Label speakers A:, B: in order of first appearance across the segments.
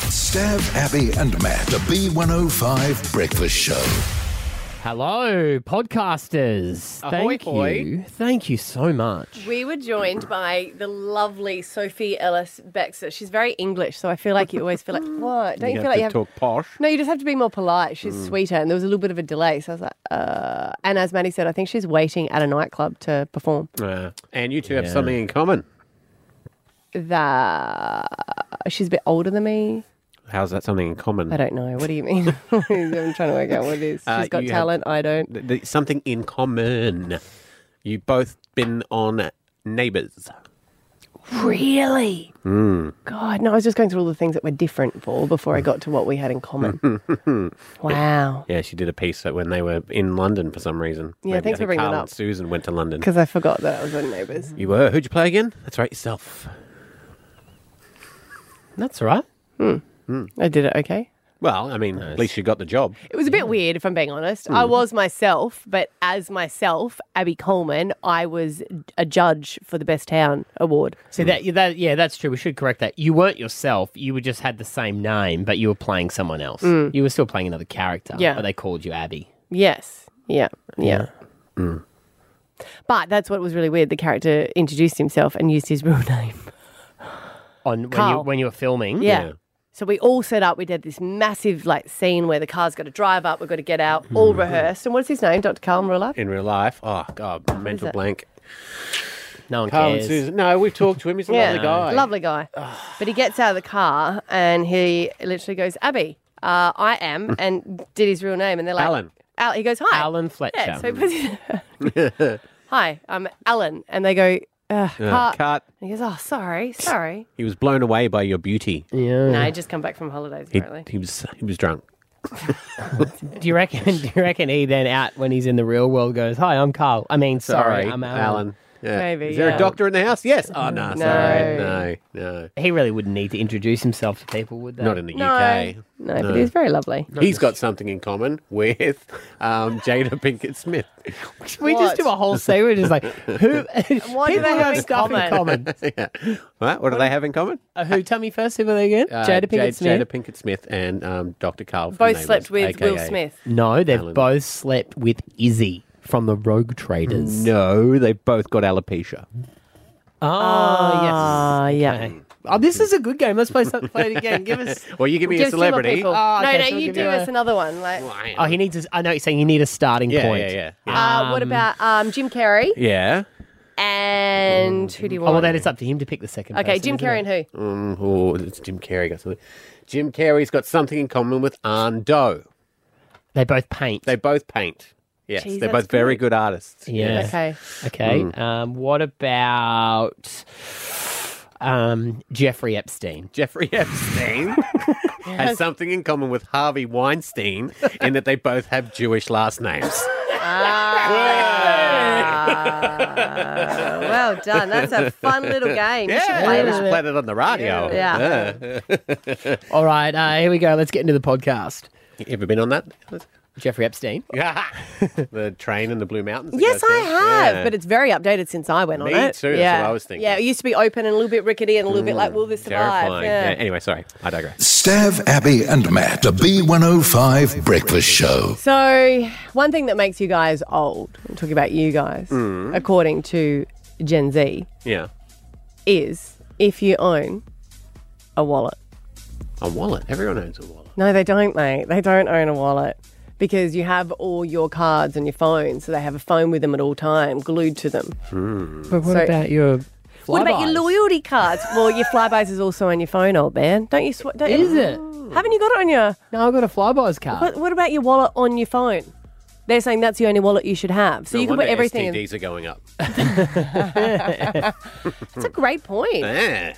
A: Stav, Abby, and Matt. The B105 Breakfast Show.
B: Hello, podcasters.
C: Ahoy,
B: Thank
C: hoy.
B: you. Thank you so much.
D: We were joined by the lovely Sophie Ellis Baxter. She's very English, so I feel like you always feel like, what? Don't you, feel like you have
C: talk Mm. posh.
D: No, you just have to be more polite. She's sweeter. And there was a little bit of a delay. So I was like, uh. And as Maddie said, I think she's waiting at a nightclub to perform.
C: and you two have something in common.
D: That she's a bit older than me.
C: How's that something in common?
D: I don't know. What do you mean? I'm trying to work out what it is. She's
C: Uh,
D: got
C: you have-
D: talent. I don't.
C: Th- th- something in common. You both been on Neighbours.
D: Really?
B: Hmm.
D: God, no, I was just going through all the things that were different for before I got to what we had in
C: Hmm.
D: common. Oh wow.
C: Yeah, she did a piece that when they were in London for some reason.
D: Yeah, thanks
C: I
D: for
C: think
D: bringing
C: Carl
D: that
C: and
D: up.
C: Susan went to London.
D: Because I forgot that I was on Neighbours.
C: You were. Who'd you play again? That's right, yourself.
B: That's all right.
D: Hmm.
B: Hmm.
D: I did it okay.
C: Well, I mean, at least you got the job.
D: It was a bit weird, if I'm being honest.
B: Mm.
D: I was myself, but as myself, Abby Coleman, I was a judge for the Best Town Award.
B: So that, that yeah, that's true. We should correct that. You weren't yourself. You were just had the same name, but you were playing someone else. You were still playing another character.
D: Hmm. Yeah.
B: But they called you Abby.
D: Yes. Yeah. Yeah. But that's what was really weird. The character introduced himself and used his real name.
B: On when you
D: Carl.
B: when you were filming.
D: Yeah.
C: Yeah.
D: So we all set up. We did this massive like scene where the car's got to drive up. We've got to get out. All
B: Mm-hmm.
D: rehearsed. And what's his name? Dr. Carl Murlock?
C: In real life. Oh, God, mental
D: that?
C: blank.
B: No one
C: Carl and
B: cares.
C: Susan. No, we've talked to him. He's a lovely guy.
D: Lovely guy. but he gets out of the car and he literally goes, Abby, uh, I am, and did his real name. And they're like,
C: Alan.
D: Al- he goes, Hi.
B: Alan Fletcher.
D: Yeah, so he puts his- Hi, I'm Alan. And they go, Ugh,
C: Uh,
D: cut.
C: cut.
D: And he goes, Oh, sorry, sorry.
C: He was blown away by your beauty.
B: yeah.
D: no, I just come back from holidays,
C: He,
D: apparently.
C: he was he was drunk.
B: Do you reckon? Do you reckon he then out when he's in the real world goes, "Hi, I'm Carl. I mean, sorry, I'm Alan."
C: Yeah.
D: Maybe,
C: Is there
D: yeah.
C: a doctor in the house? Yes. Oh no, sorry.
D: No.
C: No, no.
B: He really wouldn't need to introduce himself to people, would they?
C: Not in the
D: no,
C: UK.
D: no, but he was very lovely.
C: He's got something in common with um, Jada Pinkett Smith.
B: We just
D: What?
B: do a whole segment, just like who?
D: What do
B: people
D: they have
B: have
D: in
B: stuff in
D: common?
B: common.
C: yeah. What? What do they have in common?
B: Uh, who? Tell me first. Who were they again?
C: Uh,
B: Jada Pinkett
C: Jade-
B: Smith.
C: Jada Pinkett Smith and um, Dr. Carl. from
D: Both
C: Neighbours,
D: slept with Will
C: aka.
D: Smith.
B: no, they've
C: Alan.
B: both slept with Izzy from the Rogue Traders.
C: No, they both got alopecia.
B: Oh,
D: Ah, yeah.
B: yes. Okay. Oh, this is a good game. Let's play, some- play it again. Give us.
C: Well, you give me
D: Give
C: a
D: us two more
C: celebrity.
D: people.
B: Oh, okay,
D: no,
B: so
D: no,
B: we'll
D: you
B: give
D: do
B: you a-
D: us another one. Like,
B: Oh, he needs. A, I know what you're saying. You need a starting
C: yeah,
B: point.
C: yeah, yeah, yeah.
D: uh, what about um, Jim Carrey
C: yeah.
D: and who do you
B: Oh,
D: want?
B: well, then it's up to him to pick the second.
D: okay,
B: person,
D: Jim
B: isn't
D: Carrey
B: it?
D: and
C: Mm,
D: who?
C: oh, it's Jim Carrey got something. Jim Carrey's got something in common with Arne Doe.
B: They both paint.
C: They both paint. Yes,
D: Jeez,
C: they're
D: that's
C: both very good artists.
B: yeah.
D: Okay.
B: Okay. Um, what about um, Jeffrey Epstein?
C: Jeffrey Epstein has something in common with Harvey Weinstein in that they both have Jewish last names.
D: Ah, well done. That's a fun little game. You should play
C: Yeah, we should
D: that.
C: play that on the radio.
D: Yeah.
B: All right. Uh, here we go. Let's get into the podcast.
C: You ever been on that?
B: Jeffrey Epstein.
C: the train in the Blue Mountains. that
D: Yes,
C: goes
D: I
C: down?
D: have,
C: Yeah.
D: but it's very updated since I went
C: Me
D: on it.
C: too, that's what I was thinking. Mm,
D: Yeah, it used to be open and a little bit rickety and a little bit like, will this survive?
C: terrifying. Yeah, Anyway, sorry, I digress.
A: Stav, Abby, and Matt. The B105 Breakfast Show.
D: So, one thing that makes you guys old, I'm talking about you guys,
C: Mm-hmm.
D: according to Gen Z,
C: Yeah,
D: is if you own a wallet.
C: a wallet. Everyone owns a wallet.
D: No, they don't, mate. They don't own a wallet because you have all your cards and your phone, so they have a phone with them at all time, glued to them.
B: But what
D: So-
B: about your?
D: What about your
B: flybys?
D: loyalty cards? well, your flybys is also on your phone, old man. Don't you? Sw- don't
B: Is it?
D: Haven't you got it on your?
B: No, I've got a flybys card.
D: What, what about your wallet on your phone? They're saying that's the only wallet you should have, so
C: No
D: you can
C: wonder
D: put everything. in.
C: STDs are going up.
D: That's a great point.
C: Yeah.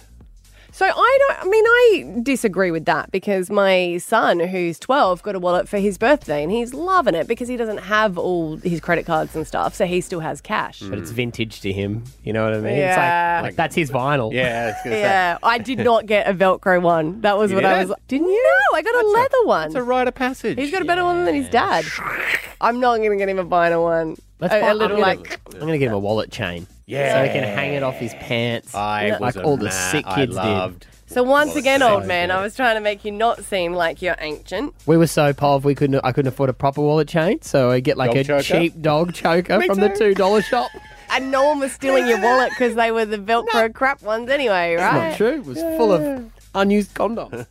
D: So I don't. I mean, I disagree with that because my son, who's twelve, got a wallet for his birthday, and he's loving it because he doesn't have all his credit cards and stuff, so he still has cash.
B: But
C: Hmm.
B: it's vintage to him. You know what I mean? It's
D: Yeah.
B: like, like that's his vinyl.
C: Yeah, I was gonna say.
D: Yeah, I did not get a Velcro one. That was
C: You
D: what I
C: didn't?
D: was. Didn't you? No, I got a leather one.
C: It's a rite of passage.
D: He's got a better one than his dad. I'm not going to get him a vinyl one.
B: Let's
D: a,
B: buy-
D: a little
B: I'm gonna-
D: like
B: I'm gonna give him a wallet chain.
C: Yeah.
B: So he can hang it off his pants.
C: I
B: like
C: was a
B: all the
C: ma-
B: sick
C: I
B: kids
C: loved
B: did.
D: So once again, old
B: so
D: man, I was trying to make you not seem like you're ancient.
B: We were so pov we couldn't. I couldn't afford a proper wallet chain, so I get like
C: Dog
B: a
C: choker?
B: cheap dog choker
C: Me
B: from the
C: too.
B: two dollar shop.
D: And no one was stealing your wallet because they were the Velcro crap ones anyway, right?
B: Not true. It was full of unused condoms.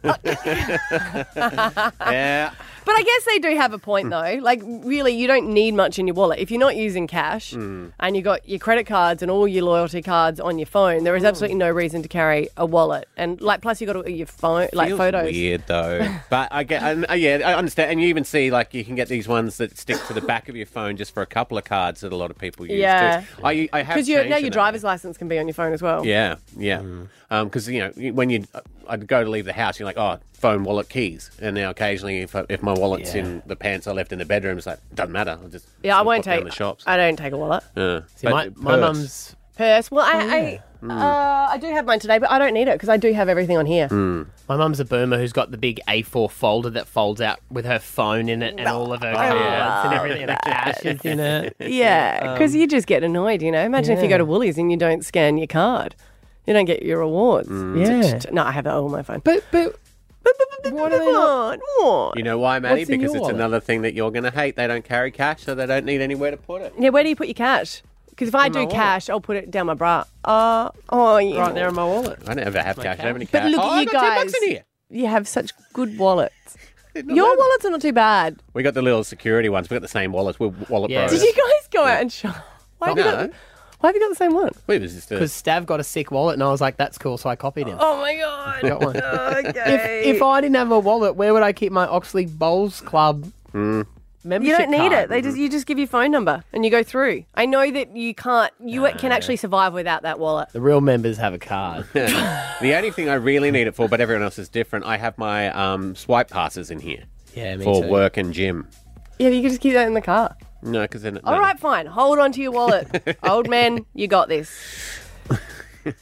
C: Yeah.
D: But I guess they do have a point though. Like really, you don't need much in your wallet if you're not using cash
B: Hmm.
D: and you got your credit cards and all your loyalty cards on your phone.
C: Hmm.
D: There is absolutely no reason to carry a wallet. And like, plus you got all your phone, like
C: Feels
D: photos.
C: Weird though, but I get. And, uh, yeah, I understand. And you even see like you can get these ones that stick to the back of your phone just for a couple of cards that a lot of people use.
D: Yeah.
C: too. I, I have
D: Because your,
C: changed
D: now
C: it
D: your
C: that
D: driver's
C: way.
D: license can be on your phone as well.
C: Yeah,
B: Mm.
C: yeah. Because you know you- when you, I'd go to leave the house, you're like, oh, phone, wallet, keys. And now occasionally, if I, if my wallet's in the pants I left in the bedroom, it's like doesn't matter. I'll just
D: Yeah, I
C: I'll
D: won't
C: pop down
D: take.
C: the shops.
D: I don't take a wallet.
C: Yeah.
B: See, my,
C: But
B: my
C: purse. Hmm.
B: mum's.
D: Purse. Well,
C: Oh,
D: I I, uh, I do have mine today, but I don't need it because I do have everything on here.
C: Hmm.
B: Mm. My mum's a boomer who's got the big A4 folder that folds out with her phone in it and all of her cards and everything. And the cash is in it. Um,
D: Yeah, because
C: um,
D: you just get annoyed, you know. Imagine if you go to Woolies and you don't scan your card, you don't get your rewards.
C: Hmm.
B: Yeah.
D: No, I have that all on my phone.
B: But but
D: What are they not? What?
C: You know why, Maddie?
B: What's in
C: Because
B: your
C: it's
B: wallet?
C: another thing that you're going to hate. They don't carry cash, so they don't need anywhere to put it.
D: Yeah, where do you put your cash? Because if I do cash, I'll put it down my bra. Uh, oh, yeah.
B: right there in my wallet.
C: I don't ever have cash. I don't have any
D: But
C: cash.
D: look
C: oh,
D: at
C: I
D: you
C: got 10 bucks
D: guys.
C: in here.
D: You have such good wallets.
C: Did not
D: Your
C: know that.
D: wallets are not too bad.
C: We got the little security ones. We got the same wallets. We're wallet
B: Yeah.
C: bros.
D: Did you guys go out and shop? Why have, you
C: No.
D: got, why have you got the same one?
C: We was just a,
B: Because Stav got a sick wallet and I was like, that's cool. So I copied him.
D: Oh my god.
B: Got one.
D: okay.
B: If I didn't have a wallet, where would I keep my Oxley Bowls Club
D: you
C: Mm.
B: membership?
D: don't need
B: card?
D: it. They just you just give your phone number and you go through. I know that you can't. You can actually survive without that wallet.
B: The real members have a card.
C: the only thing I really need it for, but everyone else is different. I have my um, swipe passes in here
B: yeah, me
C: for
B: too.
C: work and gym.
D: Yeah, you can just keep that in the car.
C: No, because then
D: All
C: no.
D: right, fine. Hold on to your wallet, old man. You got this.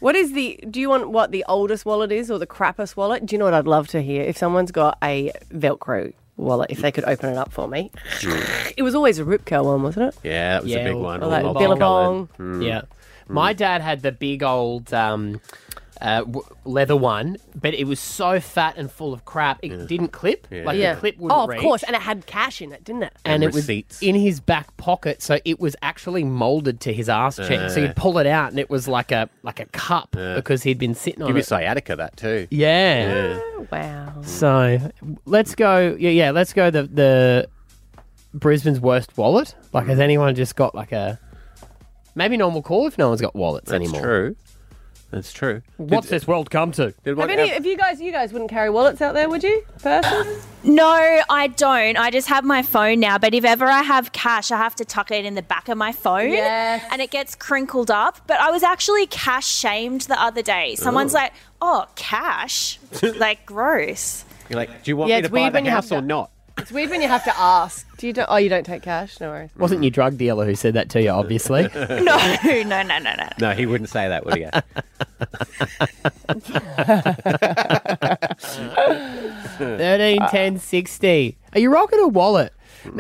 D: What is the? Do you want what the oldest wallet is or the crappiest wallet? Do you know what I'd love to hear? If someone's got a Velcro wallet, if they could open it up for me. it was always a Rip Curl one, wasn't it?
C: Yeah, that was
B: Yeah,
C: a big
B: or-
C: one.
B: or
C: all
D: Like
B: Billabong.
C: multicoloured. Hmm.
D: Billabong.
B: Yeah. My dad had the big old um, uh, w- leather one, but it was so fat and full of crap, it didn't clip. Like
D: Yeah.
B: the clip wouldn't
D: Oh, of
B: reach.
D: course, and it had cash in it, didn't it?
B: and
C: And
B: it was
C: receipts.
B: in his back pocket, so it was actually molded to his ass cheek.
C: Uh.
B: so he'd pull it out, and it was like a like a cup because he'd been sitting on
C: Give you
B: it.
C: sciatica that too.
B: yeah.
D: Wow.
B: So let's go. Yeah, yeah. Let's go. The the Brisbane's worst wallet. Like,
C: Hmm.
B: has anyone just got like a maybe normal call if no one's got wallets
C: That's
B: anymore?
C: true. That's true.
B: What's this world come to?
C: Did
D: Have
C: one
D: any
E: uh,
C: ever-
D: of you guys? You guys wouldn't carry wallets out there, would you? Purses?
E: No, I don't. I just have my phone now. But if ever I have cash, I have to tuck it in the back of my phone.
D: Yes.
E: And it gets crinkled up. But I was actually cash shamed the other day. Someone's like, oh, cash? like, gross.
C: You're like, do you want
D: Yeah,
C: me to
D: it's
C: buy
D: weird
C: the
D: when you have
C: house or
D: to-
C: not?
D: It's weird when you have to ask. Do you? Don't, oh, you don't take cash? No worries.
B: Wasn't your drug dealer who said that to you? Obviously.
E: No, no, no, no, no.
C: No, he wouldn't say that, would he?
B: Thirteen, ten, sixty. Are you rocking a wallet?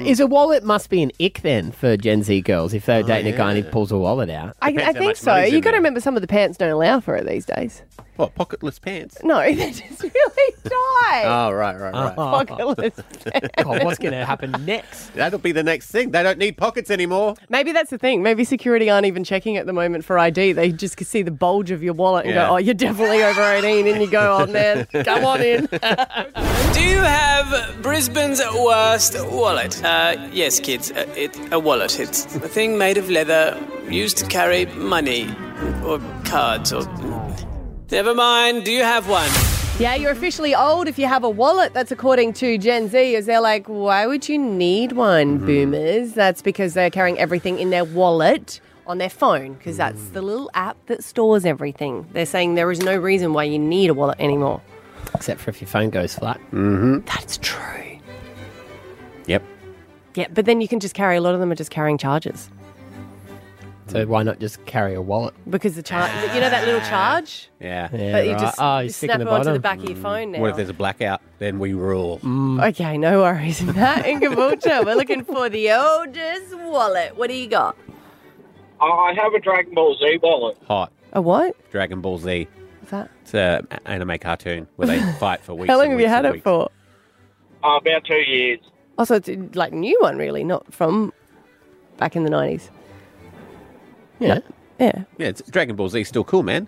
B: Is a wallet must be an ick then for Gen Z girls if they're dating a guy and he pulls a wallet out.
D: Oh, I,
C: Depends
D: I
C: how
D: think
C: much
D: so.
C: money's
D: You
C: in
D: got to
C: there.
D: remember some of the pants don't allow for it these days.
C: what pocketless pants?
D: No, they just really die.
C: Oh, right, right, right.
B: God, what's going to happen next?
C: That'll be the next thing. They don't need pockets anymore.
D: Maybe that's the thing. Maybe security aren't even checking at the moment for ID. They just can see the bulge of your wallet and
C: Yeah.
D: go, "Oh, you're definitely over 18." And you go, "Oh man, come on in."
F: Do you have Brisbane's worst wallet? Uh, yes, kids, uh, it, a wallet. It's a thing made of leather used to carry money or cards or. Never mind, do you have one?
D: yeah, you're officially old if you have a wallet. That's according to Gen Z. Is they're like, "Why would you need one,
C: Mm-hmm.
D: boomers?" That's because they're carrying everything in their wallet. On their phone, because that's
C: Mm.
D: the little app that stores everything. They're saying there is no reason why you need a wallet anymore.
B: Except for if your phone goes flat.
D: That's true.
C: Mm-hmm. Yep.
D: Yeah, but then you can just carry a lot of them are just carrying charges
B: So why not just carry a wallet?
D: because the charge, you know, that little charge.
C: Yeah.
B: Yeah,
D: But you
B: right.
D: just
B: oh, you
D: you
B: stick in
D: snap
B: the
D: it onto
B: bottom.
D: the back of your phone now.
C: What if Mm. there's a blackout? Then we rule.
B: Mm.
D: okay, no worries. Matt in Caboolture, we're looking for the oldest wallet. What do you got?
G: I have a Dragon Ball Z wallet.
C: Hot.
D: A what?
C: Dragon Ball Z.
D: What's that?
C: It's an anime cartoon where they fight for weeks.
D: How
C: and
D: long have you
C: weeks
D: had
C: and
D: it
C: weeks.
D: for?
G: Oh, about two years.
D: Also, it's a, like new one, really, not from back in the nineties.
B: Yeah.
D: Yeah,
C: Yeah, it's Dragon Ball Z still cool, man.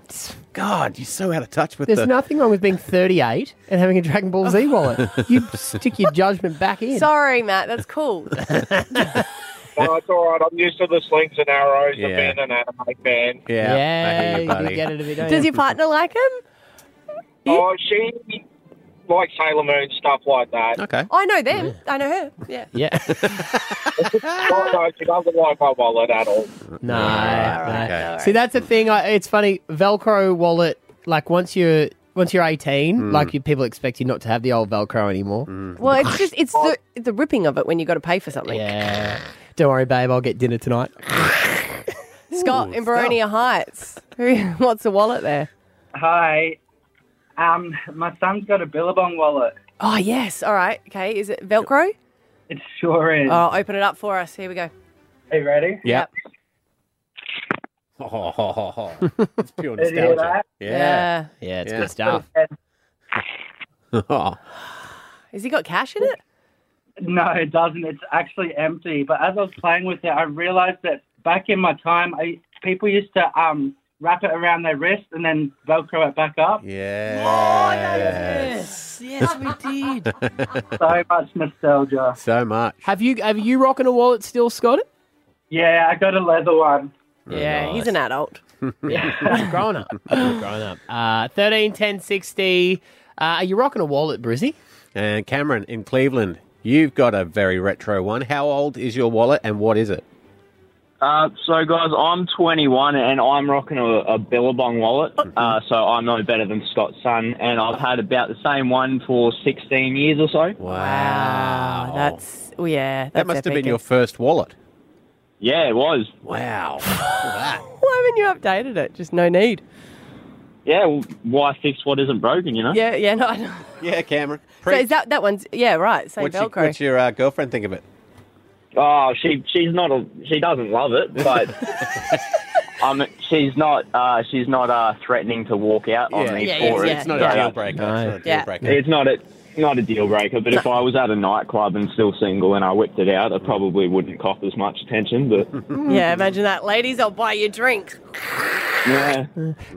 C: God, you're so out of touch with
B: There's
C: the.
B: nothing wrong with being 38 and having a Dragon Ball Z wallet. You stick your judgment back in.
D: sorry, Matt. Uh, That's cool.
G: No, Uh, it's all right. I'm used to the slings and arrows.
C: Yeah.
G: I've been an anime fan.
C: yeah, I
B: yeah,
C: hear
B: you
C: you, buddy.
B: get it if you don't.
D: Does your partner like him?
G: Oh, she likes Sailor Moon stuff like that.
C: Okay.
D: I know them. I know her. Yeah.
B: yeah.
G: Oh, no, she doesn't like my wallet at all.
B: No.
C: Alright,
B: no.
C: okay.
B: See, that's the thing. I, it's funny. Velcro wallet. Like once you're once you're 18,
C: Mm.
B: like you, people expect you not to have the old Velcro anymore.
D: Well, it's just it's the the ripping of it when you got to pay for something.
B: Yeah. Don't worry, babe. I'll get dinner tonight.
D: Scott in Baronia Heights. What's the wallet there?
H: Hi. Um, my son's got a Billabong wallet.
D: Oh yes. All right. Okay. Is it Velcro?
H: It sure is.
D: Oh, open it up for us. Here we go.
H: Are you ready?
C: Yep. Oh, ho, ho, ho. it's pure
H: Did you hear
C: nostalgia.
H: that?
C: Yeah.
B: Yeah, it's
C: Yeah.
B: good stuff.
C: Oh,
D: Has he got cash in it?
H: No, it doesn't. It's actually empty. But as I was playing with it, I realized that back in my time, I, people used to um, wrap it around their wrist and then Velcro it back up.
C: yeah.
D: Yes, we did.
H: So much nostalgia.
C: So much.
B: Have you have you rocking a wallet still, Scott?
H: Yeah, I got a leather one.
D: yeah, he's an adult.
B: Yeah, growing up, growing up. Uh, thirteen, ten, sixty. Uh, are you rocking a wallet, Brizzy?
C: And Cameron in Cleveland, you've got a very retro one. How old is your wallet and what is it?
G: Uh, so, guys, I'm 21 and I'm rocking a, a Billabong wallet.
D: Oh.
G: Uh, so, I'm no better than Scott's son. And I've had about the same one for 16 years or so.
C: Wow.
D: Oh, that's oh, yeah. That's
C: that must have
D: epic.
C: been your first wallet.
G: Yeah, it was.
C: Wow.
D: Why haven't you updated it? Just no need.
G: Yeah, well, why fix what isn't broken, you know?
D: Yeah, yeah, no. I know.
C: yeah, Cameron.
D: So is that that one's yeah right? Same
C: what's your,
D: Velcro.
C: what's your uh, girlfriend think of it?
G: Oh, she she's not a she doesn't love it, but um, she's not uh, she's not uh, threatening you walk out on me
D: Yeah,
G: for
D: yeah,
G: it.
D: yeah.
C: It's not
G: So,
C: a
G: uh,
C: deal breaker. It's not a deal
D: Yeah.
C: breaker.
G: It's not a not a deal breaker, but if I was at a nightclub and still single and I whipped it out, I probably wouldn't cop as much attention. But
D: Yeah, imagine that, ladies. I'll buy you drinks.
G: yeah,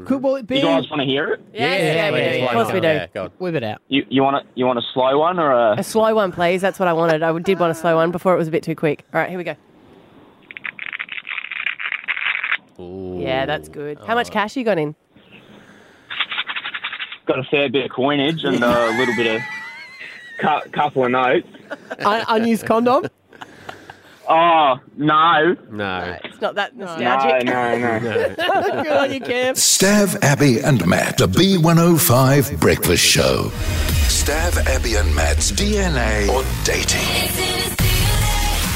B: Could well it be?
G: you guys want to hear it?
D: Yeah, yeah, yeah, we
C: please,
D: do.
C: why
D: Of course
C: not?
D: we do.
C: Yeah, go on.
B: Whip it out.
G: You you want a you want a slow one or uh,
D: A
G: a?
D: slow one, please. That's what I wanted. I did want a slow one before it was a bit too quick. All right, here we go. Yeah, that's good. How much cash you got in?
G: Got a fair bit of coinage and a little bit of cou- couple of notes.
B: Un- unused condom.
G: Oh no,
C: No.
D: It's not that
G: no,
D: nostalgic.
G: no, no.
D: good on you, Cam.
A: Stav, Abby, and Matt, the B105 Breakfast Show. Stav, Abby, and Matt's DNA or dating.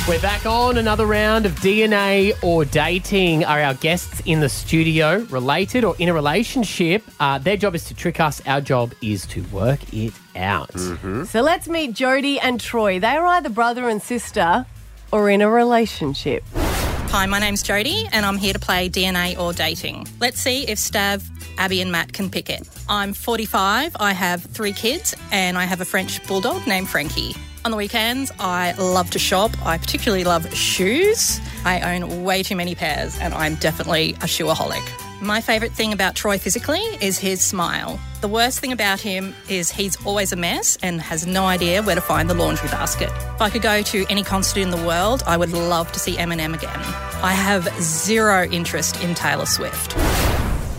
B: We're back on another round of DNA or dating. Are our guests in the studio related or in a relationship? Uh, their job is to trick us. Our job is to work it out.
C: Mm-hmm.
D: So let's meet Jody and Troy. They are either brother and sister or in a relationship.
I: Hi, my name's Jody, and I'm here to play DNA or dating. Let's see if Stav, Abby, and Matt can pick it. I'm 45, I have three kids, and I have a French bulldog named Frankie. On the weekends, I love to shop. I particularly love shoes. I own way too many pairs, and I'm definitely a shoeaholic. My favourite thing about Troy physically is his smile. The worst thing about him is he's always a mess and has no idea where to find the laundry basket. If I could go to any concert in the world, I would love to see Eminem again. I have zero interest in Taylor Swift.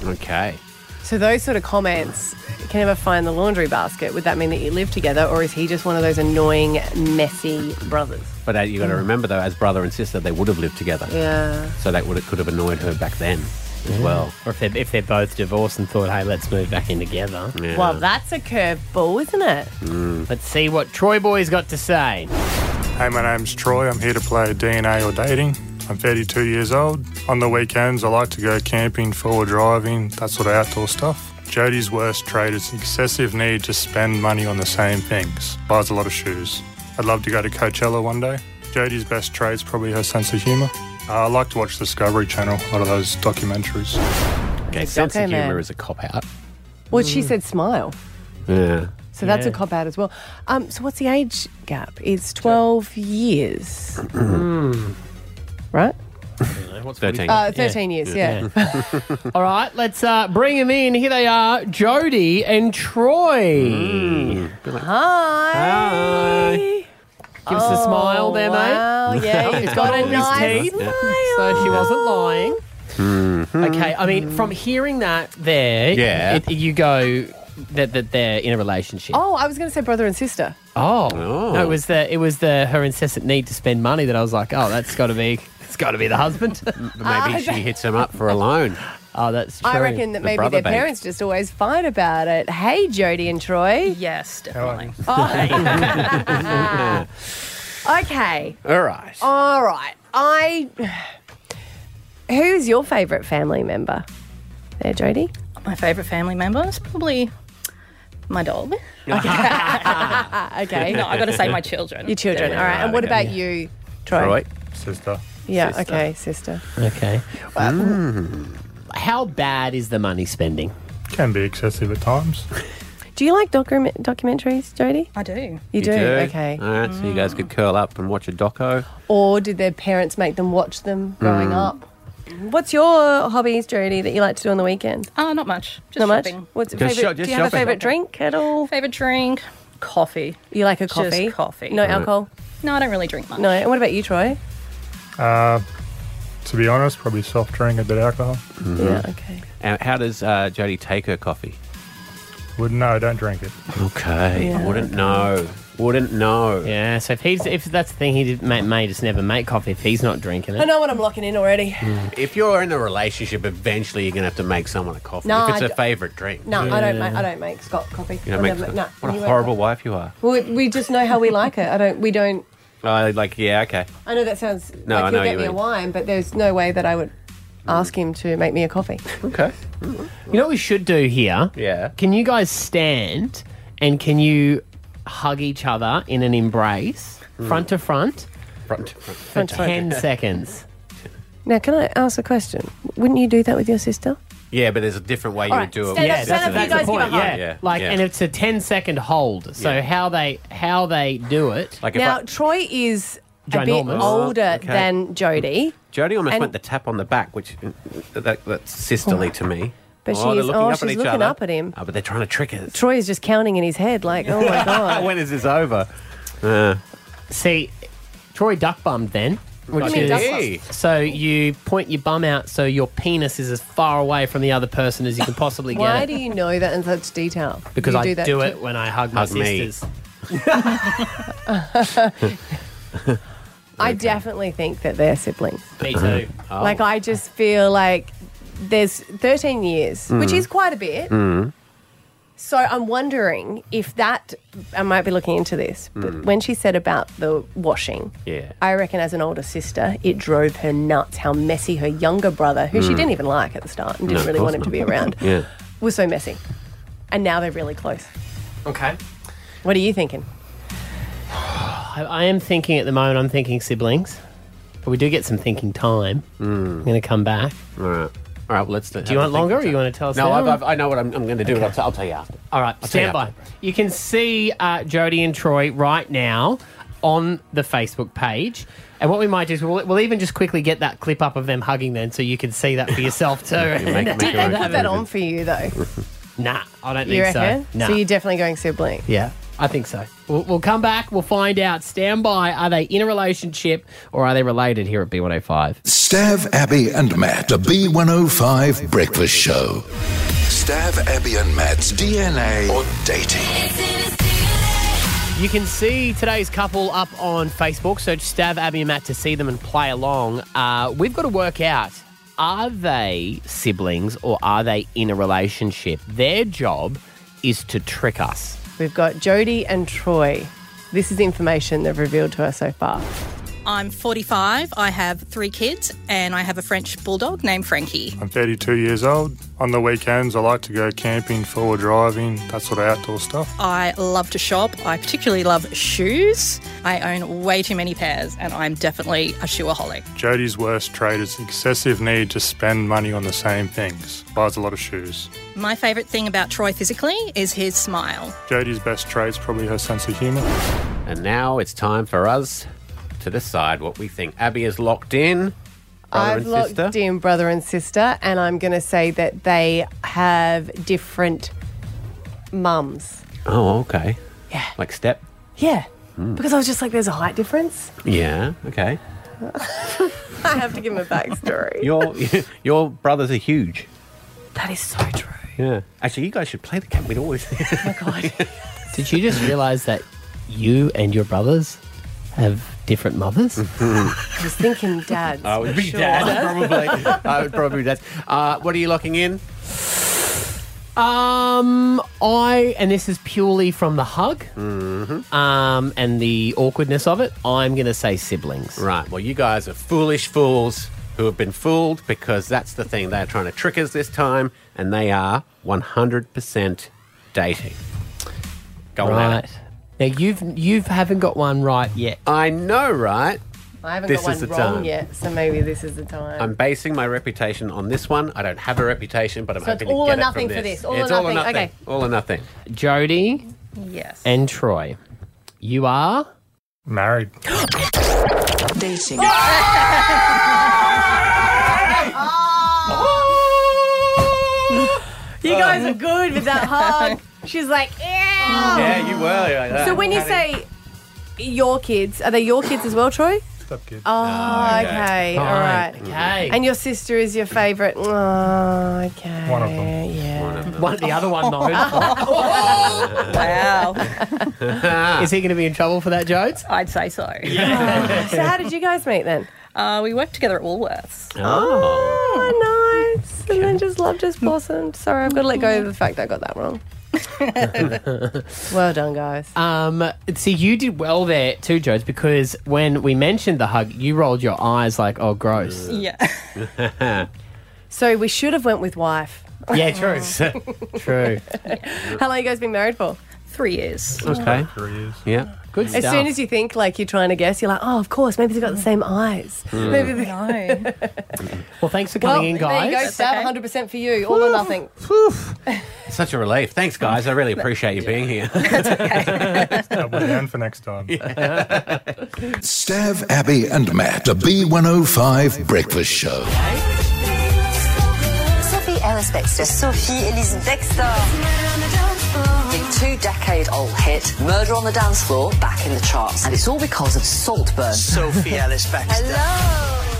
C: Okay.
D: So those sort of comments can never find the laundry basket. Would that mean that you live together, or is he just one of those annoying, messy brothers?
C: But uh, you
D: Mm.
C: got to remember though, as brother and sister, they would have lived together.
D: Yeah.
C: So that would it could have annoyed her back then as well.
B: Or if they're, if they're both divorced and thought, hey, let's move back in together.
C: Yeah. Mm.
D: Well, that's a curveball, isn't it?
B: Let's see what Troy Boy's got to say.
J: Hey, my name's Troy. I'm here to play DNA or dating. I'm 32 years old. On the weekends, I like to go camping, forward driving, that sort of outdoor stuff. Jody's worst trait is excessive need to spend money on the same things. Buys a lot of shoes. I'd love to go to Coachella one day. Jody's best trait is probably her sense of humour. Uh, I like to watch Discovery Channel, a lot of those documentaries.
C: okay, sense
D: okay,
C: of humor
D: man.
C: is a cop out.
D: Well, she said smile.
C: Yeah.
D: So that's a cop out as well. Um, so what's the age gap? It's 12 years. Right?
B: What's
C: 13.
D: Uh, 13 years, yeah.
B: All right, let's uh, bring them in. Here they are, Jody and Troy. Mm.
D: Hi.
C: Hi.
B: Give us a smile there,
D: Wow,
B: mate.
D: yeah, you've
B: He's
D: got
B: got
D: a
B: all his
D: nice
B: teeth, so she wasn't lying. Okay, I mean, from
D: Mm.
B: hearing that there,
C: Yeah.
B: it, you go that, that they're in a relationship.
D: Oh, I was going to say brother and sister.
B: Oh,
C: Oh.
B: No, it was the it was the her incessant need to spend money that I was like, oh, that's got to be it's got to be the husband.
C: But maybe she hits him up for a loan.
B: oh, that's true.
D: Ah, I reckon that
C: The
D: maybe
C: brother
D: their
C: bank.
D: parents just always fight about it. Hey, Jody and Troy.
I: Yes, definitely.
D: Okay,
C: All right.
D: all right. I. Who's your favourite family member? There, Jody.
I: My favourite family member is probably my dog. Uh,
D: Ah, okay.
I: No, I got to say my children.
D: Your children. All right. And what about you, Troy?
C: All right.
J: Sister.
D: Yeah. Okay, sister.
B: Okay.
C: Mm.
B: How bad is the money spending?
J: Can be excessive at times.
D: Do you like docu- documentaries, Jody?
I: I do.
D: You, do?
C: You
D: Okay.
C: All right. So you guys could curl up and watch a doco.
D: Or did their parents make them watch them growing up? What's your hobbies, Jody, that you like to do on the weekend?
C: Um,
I: Oh, not much. Just
D: Uh, Not much.
I: shopping.
D: What's your
C: Just
D: favorite?
C: shop- just
D: do you have a
C: shopping.
D: favorite drink at all?
I: Favorite drink? Coffee.
D: You like a
I: Just
D: coffee?
I: coffee.
D: No
I: Right.
D: alcohol.
I: No, I don't really drink much.
D: No. And what about you, Troy?
J: Uh, to be honest, probably soft drink, a bit of alcohol.
C: Mm-hmm.
D: Yeah. Okay.
C: And how does uh, Jodie take her coffee?
J: Wouldn't know, don't drink it.
C: Okay. Wouldn't know. Wouldn't know.
B: Yeah. So if he's if that's the thing, he did, may, may just never make coffee if he's not drinking
D: I
B: it.
D: know what I'm locking in already.
C: Hmm. If you're in a relationship, eventually you're going to have to make someone a coffee.
D: No,
C: if it's
D: I
C: a
D: d-
C: favourite drink.
D: No, I don't. Make, I don't make Scott coffee.
C: You know,
D: I
C: make,
D: never-
C: what
D: no, you
C: a
D: won't.
C: horrible wife you are.
D: Well, we, we just know how we like it. I don't. We don't.
C: Uh, like, yeah, okay.
D: I know that sounds
C: No, I
D: like
C: know
D: he'll get
C: you
D: me a
C: mean.
D: wine, but there's no way that I would ask him to make me a coffee.
C: Okay.
B: You know what we should do here?
C: Yeah.
B: Can you guys stand and can you hug each other in an embrace, front to front,
C: Hmm. Front, front.
B: for ten seconds?
D: Now, can I ask a question? Wouldn't you do that with your sister?
C: Yeah, but there's a different way you
D: All
C: would
D: right,
C: do it.
D: stand up,
C: with
D: stand up,
C: sister.
D: you guys give a hug.
B: Yeah.
C: Yeah,
B: Like,
C: yeah.
B: and it's a 10 second hold. So
C: Yeah.
B: how they how they do it.
C: Like if
D: Now,
C: I,
D: Troy is a bit
B: Ginormous. Oh,
D: older
C: okay.
D: than Jodie,
C: Jodie almost
D: and-
C: went the tap on the back, which uh, that, that's sisterly to me.
D: But
C: oh,
D: she
C: they're
D: is-
C: looking
D: oh,
C: up
D: she's
C: at each
D: looking
C: other.
D: up at him.
C: Oh, but they're trying to trick us.
D: Troy is just counting in his head, like, oh my god.
C: when is this over?
B: See, Troy duck bummed then. Which
D: do you mean
B: is,
D: duck
B: So you point your bum out so your penis is as far away from the other person as you can possibly get.
D: Why
B: it.
D: do you know that in such detail?
B: because
D: you
B: I do,
D: that to-
B: it when I hug my
C: Hug me.
B: sisters.
D: I definitely think that they're siblings.
B: Me too.
C: Oh.
D: Like, I just feel like there's 13 years,
B: Mm.
D: which is quite a bit.
C: Mm.
D: So I'm wondering if that, I might be looking into this, but
B: Mm.
D: when she said about the washing,
C: Yeah.
D: I reckon as an older sister, it drove her nuts how messy her younger brother, who
B: Mm.
D: she didn't even like at the start and didn't
C: of
D: really want
C: course
D: him to
C: not.
D: be around,
C: Yeah.
D: was so messy. And now they're really close.
B: Okay.
D: What are you thinking?
B: I, I am thinking at the moment, I'm thinking siblings. But we do get some thinking time. I'm going to come back.
C: Mm. All right. All right. Well, let's.
B: Do you want longer or you want to tell us
C: No,
B: now?
C: I've, I've, I know what I'm, I'm going to do. But I'll, t- I'll tell you after.
B: All right,
C: tell you
B: stand by.
C: after.
B: You can see uh, Jody and Troy right now on the Facebook page. And what we might do is we'll, we'll even just quickly get that clip up of them hugging then so you can see that for yourself too.
C: Make- make a
D: Did they
C: record.
D: put that on for you though?
B: nah, I don't
D: You
B: think so.
D: reckon?
B: Nah.
D: So you're definitely going sibling.
B: yeah, I think so. We'll, we'll come back. We'll find out. Stand by. Are they in a relationship or are they related here at B105?
A: Stav, Abby, and Matt, the B105 Breakfast Show. Stav, Abby, and Matt's DNA or dating.
B: You can see today's couple up on Facebook. Search Stav, Abby, and Matt to see them and play along. Uh, we've got to work out are they siblings or are they in a relationship? Their job is to trick us.
D: We've got Jody and Troy. This is information they've revealed to us so far.
I: I'm 45, I have three kids, and I have a French bulldog named Frankie.
J: I'm 32 years old. On the weekends, I like to go camping, four-wheel driving, that sort of outdoor stuff.
I: I love to shop. I particularly love shoes. I own way too many pairs, and I'm definitely a shoeaholic.
J: Jody's worst trait is excessive need to spend money on the same things. Buys a lot of shoes.
I: My favourite thing about Troy physically is his smile.
J: Jody's best trait is probably her sense of humour.
C: And now it's time for us to decide what we think. Abby is locked in. Brother
D: I've
C: and
D: locked
C: sister.
D: in brother and sister, and I'm going to say that they have different mums.
C: Oh, okay. Yeah. Like step.
D: Yeah.
C: Hmm.
D: Because I was just like, there's a height difference.
C: Yeah. Okay.
D: I have to give them a backstory.
C: Your your brothers are huge.
D: that is so true.
C: Yeah. Actually, you guys should play the game. We'd always.
B: Did you just realise that you and your brothers have different mothers?
D: I was thinking dads.
C: I would
D: for
C: be
D: sure.
C: dad, probably. I would probably be dad. Uh, what are you locking in?
B: Um, I and this is purely from the hug,
C: Mm-hmm.
B: um, and the awkwardness of it. I'm going to say siblings.
C: Right. Well, you guys are foolish fools who have been fooled because that's the thing. They're trying to trick us this time, and they are 100% dating. Go on.
B: Right.
C: Adam.
B: Now you've you've haven't got one right yet.
C: I know, right?
D: I haven't
C: This
D: got
C: is
D: one
C: the
D: wrong
C: time.
D: yet, so maybe this is the time.
C: I'm basing my reputation on this one. I don't have a reputation, but I'm
D: So it's
C: hoping
D: all
C: to
D: or
C: get it
D: nothing
C: from
D: for
C: this.
D: this. All or
C: it's all or
D: nothing.
C: nothing.
D: Okay.
C: All or nothing.
B: Jody
I: Yes.
B: and Troy, you are
J: married.
K: Dating.
D: you guys are good with that hug. She's like,
C: Yeah, you were.
D: So when you say your kids, are they your kids as well, Troy?
J: Step kid.
D: Oh,
C: Ah, okay.
D: okay. All
B: Fine.
D: right.
B: Okay.
D: And your sister is your favourite. Oh, okay.
J: One of them.
D: Yeah.
B: One, the other one knows.
I: Wow.
B: is he going to be in trouble for that, Jodes?
I: I'd say so.
D: So how did you guys meet then?
I: Uh, we worked together at Woolworths.
C: Oh.
D: Oh, nice. And then just love just blossomed. Sorry, I've got to let go of the fact I got that wrong. well done, guys.
B: Um, see, you did well there too, Jodes, because when we mentioned the hug, you rolled your eyes like, "Oh, gross."
I: Yeah.
D: So we should have went with wife.
B: yeah, true, true.
D: How long you guys been married for?
I: Three years.
C: Okay.
J: Careers.
C: Yeah.
B: Good
D: As
B: stuff.
D: soon as you think like you're trying to guess, you're like, oh, of course, maybe they've got the same eyes. Maybe they-
I: No.
B: well, thanks for
D: well,
B: Hmm. coming in,
D: there
B: guys.
D: you go, Stab, 100% for you, all or nothing.
C: Such a relief. Thanks, guys. I really appreciate you being here.
J: Double down for next time.
A: Stav, Abby, and Matt. The B105 Breakfast Show.
K: Sophie Ellis Bextor. Sophie Ellis Bextor. The two decade old hit Murder on the Dance Floor back in the charts. And it's all because of Saltburn.
F: Sophie Ellis Baxter.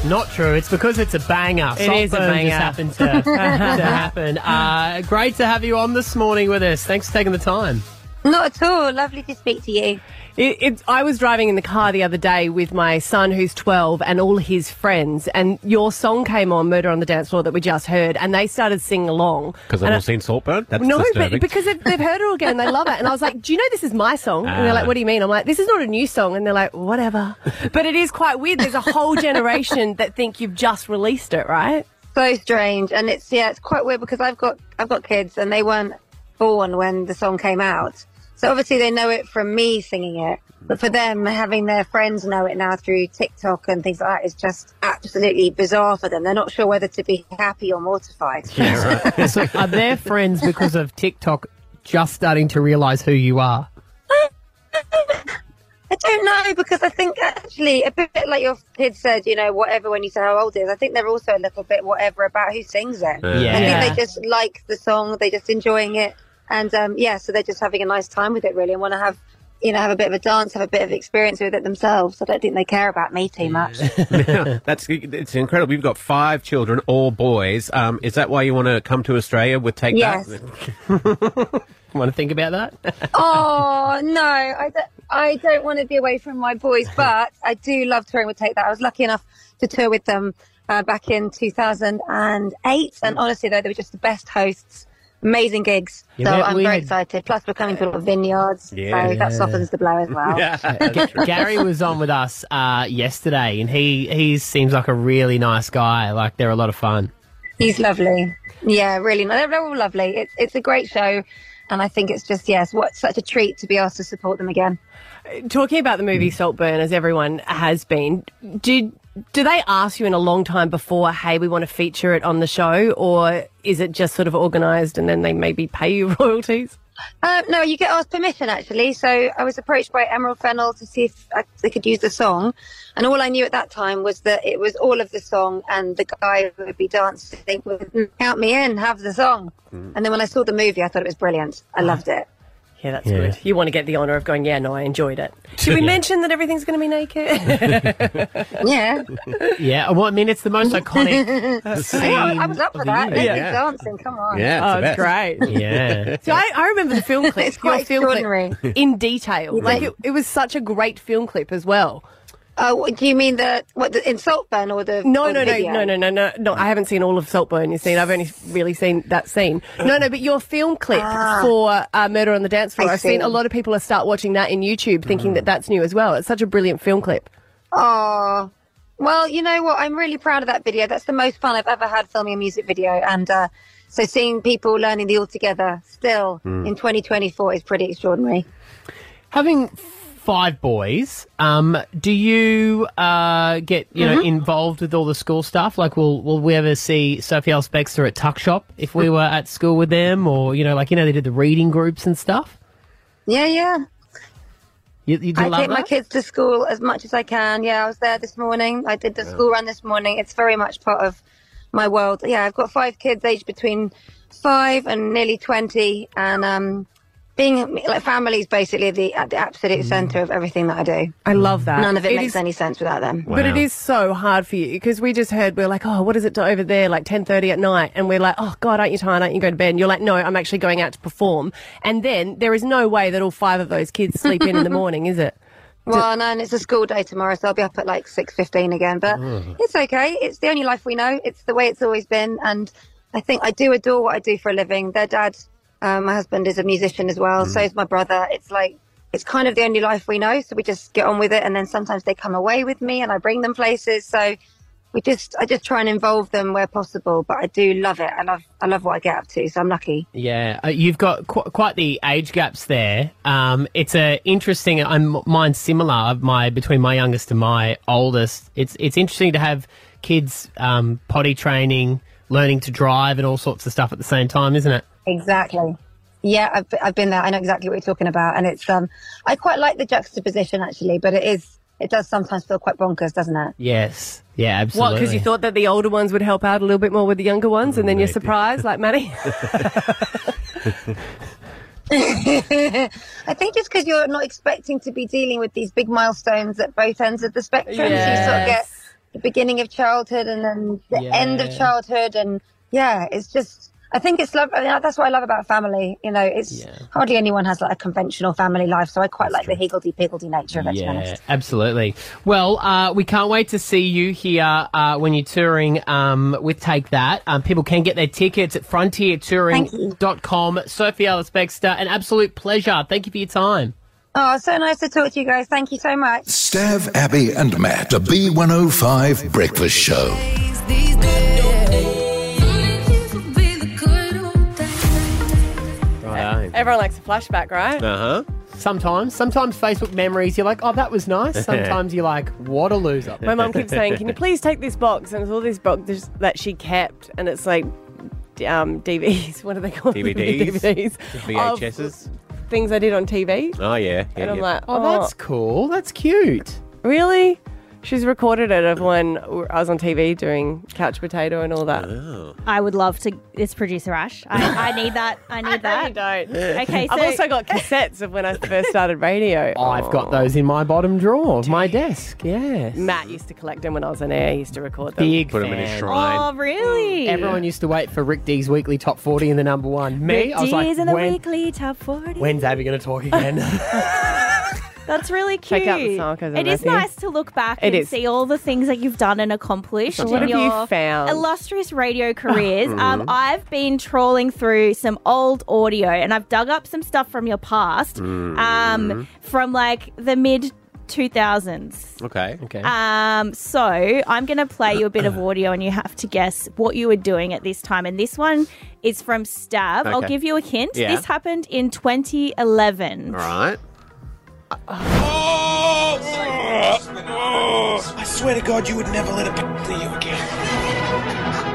B: Not true. It's because it's a banger. It
D: is a banger.
B: Just happened to, to happen. Uh, great to have you on this morning with us. Thanks for taking the time.
L: Not at all. Lovely to speak to you.
D: It, it, I was driving in the car the other day with my son, who's 12, and all his friends, and your song came on, Murder on the Dance Floor, that we just heard, and they started singing along.
C: Because I've all seen Saltburn. That's
D: No,
C: disturbing.
D: but because they've, they've heard it all again, they love it. And I was like, "Do you know this is my song?" And they're like, "What do you mean?" I'm like, "This is not a new song." And they're like, "Whatever." But it is quite weird. There's a whole generation that think you've just released it, right?
L: So strange, and it's yeah, it's quite weird because I've got I've got kids, and they weren't born when the song came out. So obviously they know it from me singing it, but for them having their friends know it now through TikTok and things like that is just absolutely bizarre for them. They're not sure whether to be happy or mortified.
B: so are their friends because of TikTok just starting to realise who you are?
L: I don't know because I think actually a bit like your kid said, you know, whatever when you say how old it is. I think they're also a little bit whatever about who sings it. I
B: Yeah.
L: think they just like the song, they're just enjoying it, and um, yeah, so they're just having a nice time with it really, and want to have, you know, have a bit of a dance, have a bit of experience with it themselves. I don't think they care about me too much.
C: That's it's incredible. You've got five children, all boys. Um, is that why you want to come to Australia with Take
L: Yes.
C: That?
B: Want to think about that?
L: oh no, I don't, I don't want to be away from my boys, but I do love touring with Take That. I was lucky enough to tour with them uh, back in 2008, and honestly, though, they were just the best hosts. amazing gigs.
B: Yeah,
L: so
B: we-
L: I'm
B: we
L: very
B: had-
L: excited. Plus, we're coming to the vineyards, so
B: Yeah.
L: that softens the blow as well.
B: Ga- Gary was on with us uh, yesterday, and he he seems like a really nice guy. Like they're a lot of fun.
L: He's lovely. Yeah, really. nice. They're, they're all lovely. It's it's a great show, and I think it's just yes, what such a treat to be asked to support them again.
D: Talking about the
L: Mm.
D: movie Saltburn, as everyone has been, did do they ask you in a long time before? Hey, we want to feature it on the show, or is it just sort of organised and then they maybe pay you royalties?
L: Um, no, you get asked permission actually. So I was approached by Emerald Fennel to see if I, they could use the song, and all I knew at that time was that it was all of the song, and the guy who would be dancing would count me in, have the song.
B: Mm.
L: And then when I saw the movie, I thought it was brilliant.
B: Ah.
L: I loved it.
D: Yeah, that's
L: Yeah.
D: good. You want to get the honour of going. Yeah, no, I enjoyed it. Should we
B: Yeah.
D: mention that everything's going to be naked?
L: yeah.
B: Yeah, well, I mean, it's the most
D: uh,
B: iconic
L: Yeah, I, I
B: scene.
L: was up for
B: of the
L: that.
B: year.
L: Yeah.
B: Yeah.
L: dancing. Come on.
B: Yeah,
D: oh,
B: it's
D: it's
B: the best.
D: great.
B: Yeah.
D: So I, I remember the film clip.
L: It's quite
D: your film
L: extraordinary.
D: clip in detail. Like it, it was such a great film clip as well.
L: Oh, what, do you mean the what the insult burn or the
D: No,
L: or
D: no,
L: the
D: no,
L: video?
D: no, no, no, no, no. I haven't seen all of Saltburn. You've seen. I've only really seen that scene. No, no. But your film clip
L: Ah.
D: for uh, Murder on the Dance Floor.
L: I
D: I've seen
L: see.
D: a lot of people are start watching that in YouTube, thinking that that's new as well. It's such a brilliant film clip.
L: Oh, well, you know what? I'm really proud of that video. That's the most fun I've ever had filming a music video, and uh, so seeing people learning the all together still
B: Mm.
L: in 2024 is pretty extraordinary.
B: Having five boys, um, do you uh, get you know
L: Mhm.
B: involved with all the school stuff? Like, will will we ever see Sophie L. Spexter at Tuck Shop if we were at school with them, or you know, like you know, they did the reading groups and stuff.
L: Yeah, yeah.
B: You, you do
L: I
B: love
L: take
B: that?
L: my kids to school as much as I can. Yeah, I was there this morning. I did the
B: Yeah.
L: school run this morning. It's very much part of my world. Yeah, I've got five kids aged between five and nearly 20. And um, being like families basically are the, at the absolute centre of everything that I do.
D: Mm. I love that.
L: None of it,
D: It
L: makes
D: is-
L: any sense without them.
D: But it is so hard for you because we just heard we're like, oh, what is it to over there? Like ten thirty at night, and we're like, oh God, aren't you tired? Aren't you going to bed? And you're like, no, I'm actually going out to perform. And then there is no way that all five of those kids sleep in in the morning, is it?
L: Well, no, and it's a school day tomorrow, so I'll be up at like six fifteen again. But
D: Mm.
L: it's okay. It's the only life we know. It's the way it's always been, and I think I do adore what I do for a living. Their dad, uh, my husband, is a musician as well. So is my brother. It's like it's kind of the only life we know, so we just get on with it. And then sometimes they come away with me, and I bring them places. So we just, I just try and involve them where possible. But I do love it. I love, I love what I get up to. So I'm lucky.
B: Yeah, uh, you've got qu- quite the age gaps there. Um, it's a interesting. I'm mine's similar. My between my youngest and my oldest. It's it's interesting to have kids um, potty training, learning to drive, and all sorts of stuff at the same time, isn't it?
L: Exactly. Yeah, I've, I've been there. I know exactly what you're talking about, and it's um, I quite like the juxtaposition actually, but it is it does sometimes feel quite bonkers, doesn't it?
B: Yes. Yeah.
D: What?
B: Absolutely.
D: Because you thought that the older ones would help out a little bit more with the younger ones, and then you're
B: Maybe.
D: surprised, like Maddie.
L: I think just because you're not expecting to be dealing with these big milestones at both ends of the spectrum, so you sort of get
D: Yes.
L: the beginning of childhood and then the
D: Yeah.
L: end of childhood, and yeah, it's just. I think it's love. I mean, that's what I love about family. You know, it's hardly anyone has like a conventional family life, so I quite like the higgledy piggledy nature of it. To be honest.
B: Yeah, absolutely. Well, uh, we can't wait to see you here uh, when you're touring um, with Take That. Um, people can get their tickets at frontiertouring.com. Sophie Alice Baxter, an absolute pleasure. Thank you for your time.
L: Oh, so nice to talk to you guys. Thank you so much.
A: Stav, Abby, and Matt. The B105 Breakfast Show.
B: Right.
D: Everyone likes a flashback, right?
C: Uh huh.
B: Sometimes, sometimes Facebook memories, you're like, oh, that was nice. Sometimes you're like, what a loser.
D: My mum keeps saying, "Can you please take this box?" And it's all these boxes that she kept, and it's like um, DVDs. What are they called?
C: DVDs.
D: DVDs. of
C: VHSs.
D: things I did on TV.
C: Oh, yeah. yeah,
D: and I'm
C: yeah.
D: like,
B: Oh, that's cool. That's cute.
D: Really? She's recorded it of when I was on TV doing couch potato and all that.
B: Oh.
E: I would love to. It's producer Ash. I, I need that. I need that.
D: don't.
E: Okay, so
D: I've also got cassettes of when I first started radio.
B: I've
C: Oh.
B: got those in my bottom drawer of my desk. Yes.
D: Matt used to collect them when I was on air. He used to record them.
B: Big
C: Put 'em in his shrine.
E: Oh, really?
B: Everyone used to wait for Rick D's weekly top 40 in the number one. Me,
E: Rick
B: I was like,
E: Dees in the
B: when,
E: weekly top forty.
B: when's Abby going to talk again?
E: That's really cute.
D: Check out the sarcasm,
E: It is
D: Matthew.
E: nice to look back
D: It
E: and
D: is.
E: see all the things that you've done and accomplished
D: So what
E: in
D: have you
E: your
D: found?
E: illustrious radio careers.
D: Mhm.
E: um, I've been trawling through some old audio and I've dug up some stuff from your past, um,
D: Mm.
C: Mhm.
E: from like the mid 2000s.
C: Okay. Ah, Okay.
E: Um, so I'm going to play you a bit of audio, and you have to guess what you were doing at this time. And this one is from Stav. I'll
C: Okay.
E: give you a hint.
C: Yeah.
E: This happened in 2011.
C: All right.
M: I swear to God, you would never let a p- see you again.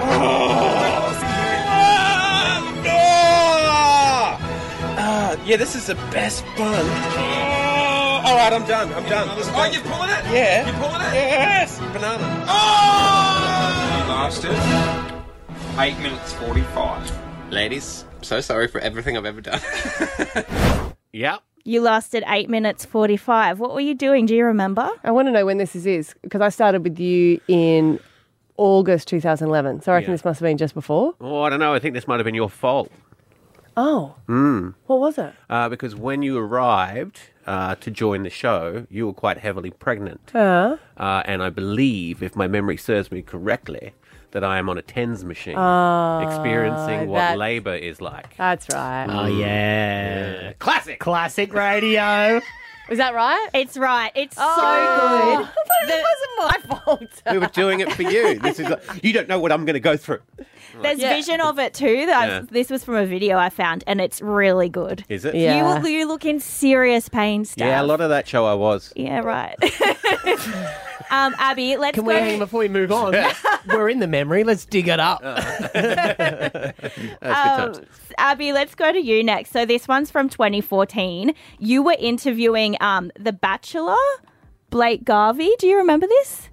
M: Ah, no! Ah, yeah, this is the best bun. Oh, all right, I'm done. I'm done. Oh, you're pulling it? Yeah. You're pulling it? Yes. Banana. Oh!
N: lasted eight minutes forty-five. Ladies, so sorry for everything I've ever done.
C: yep.
E: You lasted eight minutes 45. What were you doing? Do you remember?
D: I want to know when this is- is because I started with you in August 2011. So I reckon
C: Yeah.
D: this must have been just before.
C: Oh, I don't know. I think this might have been your fault.
D: Oh,
C: Mm.
D: what was it?
C: Uh, because when you arrived uh, to join the show, you were quite heavily pregnant.
D: Uh,
C: Uh, and I believe, if my memory serves me correctly, that I am on a TENS machine
B: Ah,
C: experiencing what
B: that-
C: labour is like.
E: Ah,
D: that's right.
B: Oh,
C: Mm.
B: yeah.
C: Classic.
B: Classic radio.
D: Is that right?
E: It's right. It's
D: Oh.
E: so good.
D: it wasn't my fault.
C: we were doing it for you. This is like, you don't know what I'm going to go through.
E: There's vision of it too. That I've-
C: Yeah.
E: This was from a video I found, and it's really good.
C: Is it?
E: Yeah. You, you look in serious pain, Stav.
C: Yeah, a lot of that show I was.
E: Yeah, right. um, Abby, let's
B: Can
E: go.
B: we, hang before we move on, we're in the memory. Let's dig it up.
C: Uh-huh.
E: Um, Abby, let's go to you next. So this one's from 2014. You were interviewing um, The Bachelor, Blake Garvey. Do you remember this?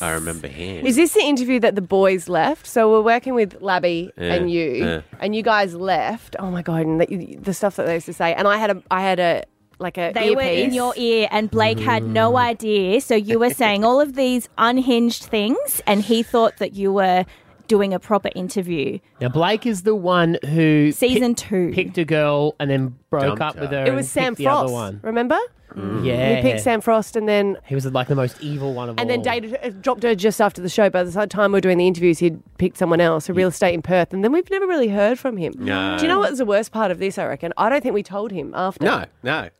C: I remember him.
D: Is this the interview that the boys left? So we're working with Labby
C: Yeah,
D: and you,
C: yeah.
D: and you guys left. Oh my god! And the, the stuff that they used to say. And I had a, I had a like a
E: They were in
D: earpiece.
E: your ear, and Blake had no idea. So you were saying all of these unhinged things, and he thought that you were doing a proper interview.
B: Now Blake is the one who
E: season two
B: picked a girl and then broke
D: Dumped
B: up with
D: her.
B: her.
D: It was
B: and
D: Sam
B: picked The
D: Frost.
B: other one.
D: Remember?
C: Mm.
B: Yeah,
D: You picked Sam Frost, and then
B: He was like the most evil one of
D: and
B: all.
D: then dated, uh, dropped her just after the show. By the time we were doing the interviews, he'd picked someone else, a real estate in Perth, and then we've never really heard from him.
C: No.
D: Do you know what was the worst part of this? I reckon I don't think we told him after.
C: No, no.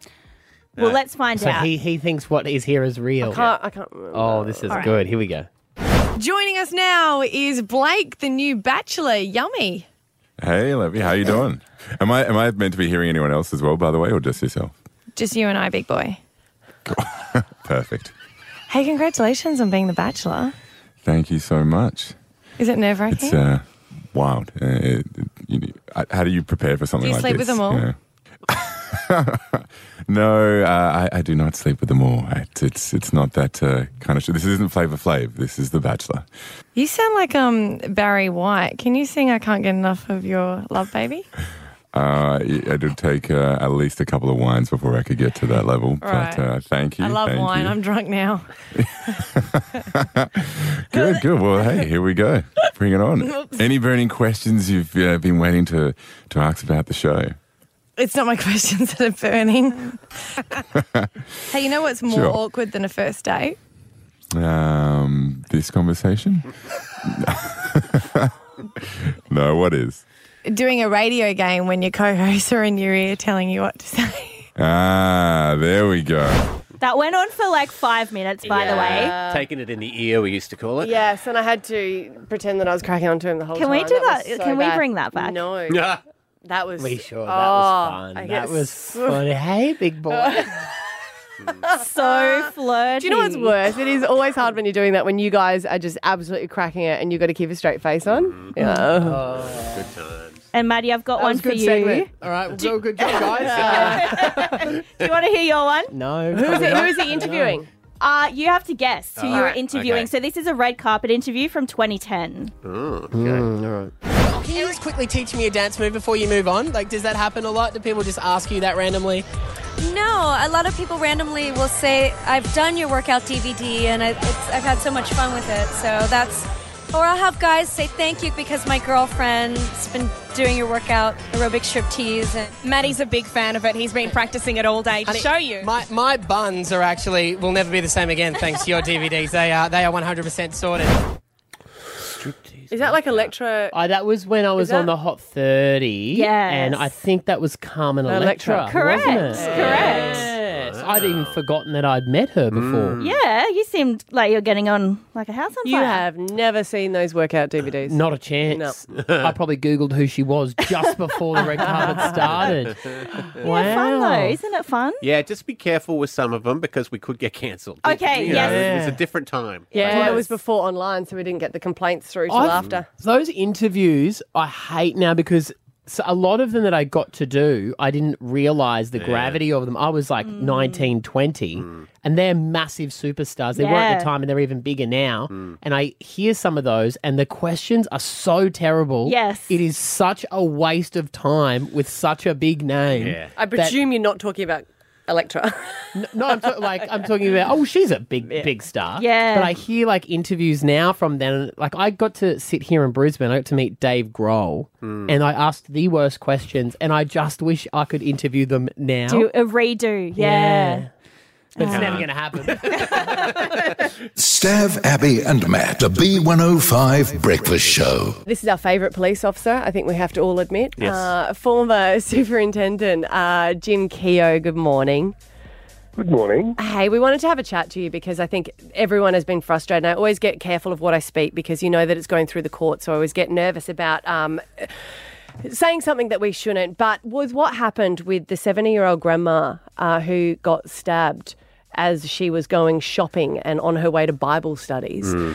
D: Well, let's find
B: so
D: out.
B: he he thinks what is here is real.
D: I can't. I can't. Remember.
B: Oh, this is
D: All right.
B: good. Here we go.
C: Oh.
O: Joining us now is Blake, the new bachelor. Yummy.
P: Hey, Levy, how you doing? Am I am I meant to be hearing anyone else as well, by the way, or just yourself?
O: Just you and I, big boy.
P: Perfect.
O: Hey, congratulations on being the bachelor.
P: Thank you so much.
O: Is it nerve
P: It's
O: wracking?
P: uh, wild. Uh, it- it- you- I- how do you prepare for something
O: you
P: like
O: sleep
P: this?
O: with them all?
P: know? no, uh, I, I do not sleep with them all. It- it's it's not that uh, kind of. Sh- this isn't Flavor Flav. This is The Bachelor.
O: you sound like um Barry White. Can you sing I Can't Get Enough of Your Love Baby?
P: Uh, it it would take uh, at least a couple of wines before I could get to that level.
O: Right.
P: But uh, thank you.
O: I love
P: thank
O: wine.
P: you.
O: I'm drunk now.
P: Good, good. Well, hey, here we go. Bring it on.
O: Oops.
P: Any burning questions you've uh, been waiting to, to ask about the show?
O: It's not my questions that are burning. hey, you know what's more
P: Sure.
O: awkward than a first date?
P: Um, this conversation? no, what is?
O: Doing a radio game when your co-hosts are in your ear telling you what to say.
P: Ah, there we go.
E: That went on for like five minutes, by the way.
C: Taking it in the ear, we used to call it.
D: Yes, and I had to pretend that I was cracking onto him the whole
E: Can
D: time.
E: we do that?
D: was so
E: Can we
D: bad.
E: bring that back?
D: No.
C: Yeah.
D: That was.
B: We sure
D: oh,
B: that was fun.
D: I
B: that
D: get
B: was
D: so-
B: fun. Hey, big boy.
E: so flirty.
D: Do you know what's worse? It is always hard when you're doing that when you guys are just absolutely cracking it and you've got to keep a straight face
B: Mm-hmm.
D: on. Yeah.
C: Good times.
E: And Maddie, I've got
B: That
E: one
B: was a
E: for
B: good
E: you.
B: segment. All right, well, do, good job, guys.
E: Do you want to hear your one?
B: no.
E: Who is it- who is he
B: No.
E: interviewing? Uh, you have to guess who
B: Oh.
E: you were
B: Alright,
E: interviewing.
B: okay.
E: So this is a red carpet interview from 2010.
B: Mm, all right.
Q: Can you just quickly teach me a dance move before you move on? Like, does that happen a lot? Do people just ask you that randomly?
R: No, a lot of people randomly will say, I've done your workout DVD and I, it's, I've had so much fun with it. So that's Or I'll have guys say thank you because my girlfriend's been doing your workout aerobic striptease. And
S: Maddie's a big fan of it. He's been practicing it all day to
Q: Honey,
S: show you.
Q: My, my buns are actually will never be the same again thanks to your DVDs. They are they are 100% sorted.
D: Is that like electro?
B: Uh, that was when I was on the Hot 30.
D: Yes.
B: And I think that was Carmen Electra.
E: Electra. Correct,
B: wasn't it?
E: correct.
B: Yes. I'd even forgotten that I'd met her before.
E: Mm. Yeah, you seemed like you're getting on like a house on
D: You
E: fire.
D: have never seen those workout DVDs.
B: Not a chance. I probably Googled who she was just before the red carpet started.
E: Yeah, fun
B: Wow.
E: though, isn't it fun?
C: Yeah, just be careful with some of them because we could get cancelled.
D: Okay,
C: You know,
D: yes.
C: it- It's a different time.
D: Yeah, it was before online, so we didn't get the complaints through till
B: I've-
D: after.
B: Those interviews I hate now because s a a lot of them that I got to do, I didn't realize the gravity of them. I was like
D: Mm.
B: nineteen, twenty, 19, 20, and they're massive superstars. They were at
E: Yeah.
B: the time and they're even bigger now. And I hear some of those, and the questions are so terrible.
D: Yes.
B: It is such a waste of time with such a big name. Yeah.
D: I presume you're not talking about Electra.
B: no, I'm like I'm talking about. Oh, she's a big, big star.
D: Yeah.
B: But I hear like interviews now from then. Like I got to sit here in Brisbane. I got to meet Dave Grohl,
D: Hmm.
B: and I asked the worst questions. And I just wish I could interview them now.
E: Do a redo. Yeah.
B: But it's
E: Yeah.
B: never going to happen.
A: Stav, Abby, and Matt. The B105 Breakfast Show.
D: This is our favourite police officer, I think we have to all admit.
A: Yes.
D: Uh, former Superintendent uh, Jim Keogh, good morning.
T: Good morning.
D: Hey, we wanted to have a chat to you because I think everyone has been frustrated. And I always get careful of what I speak because you know that it's going through the court, so I always get nervous about um, saying something that we shouldn't. But was what happened with the 70 year old grandma uh, who got stabbed as she was going shopping and on her way to Bible studies?
T: Hmm.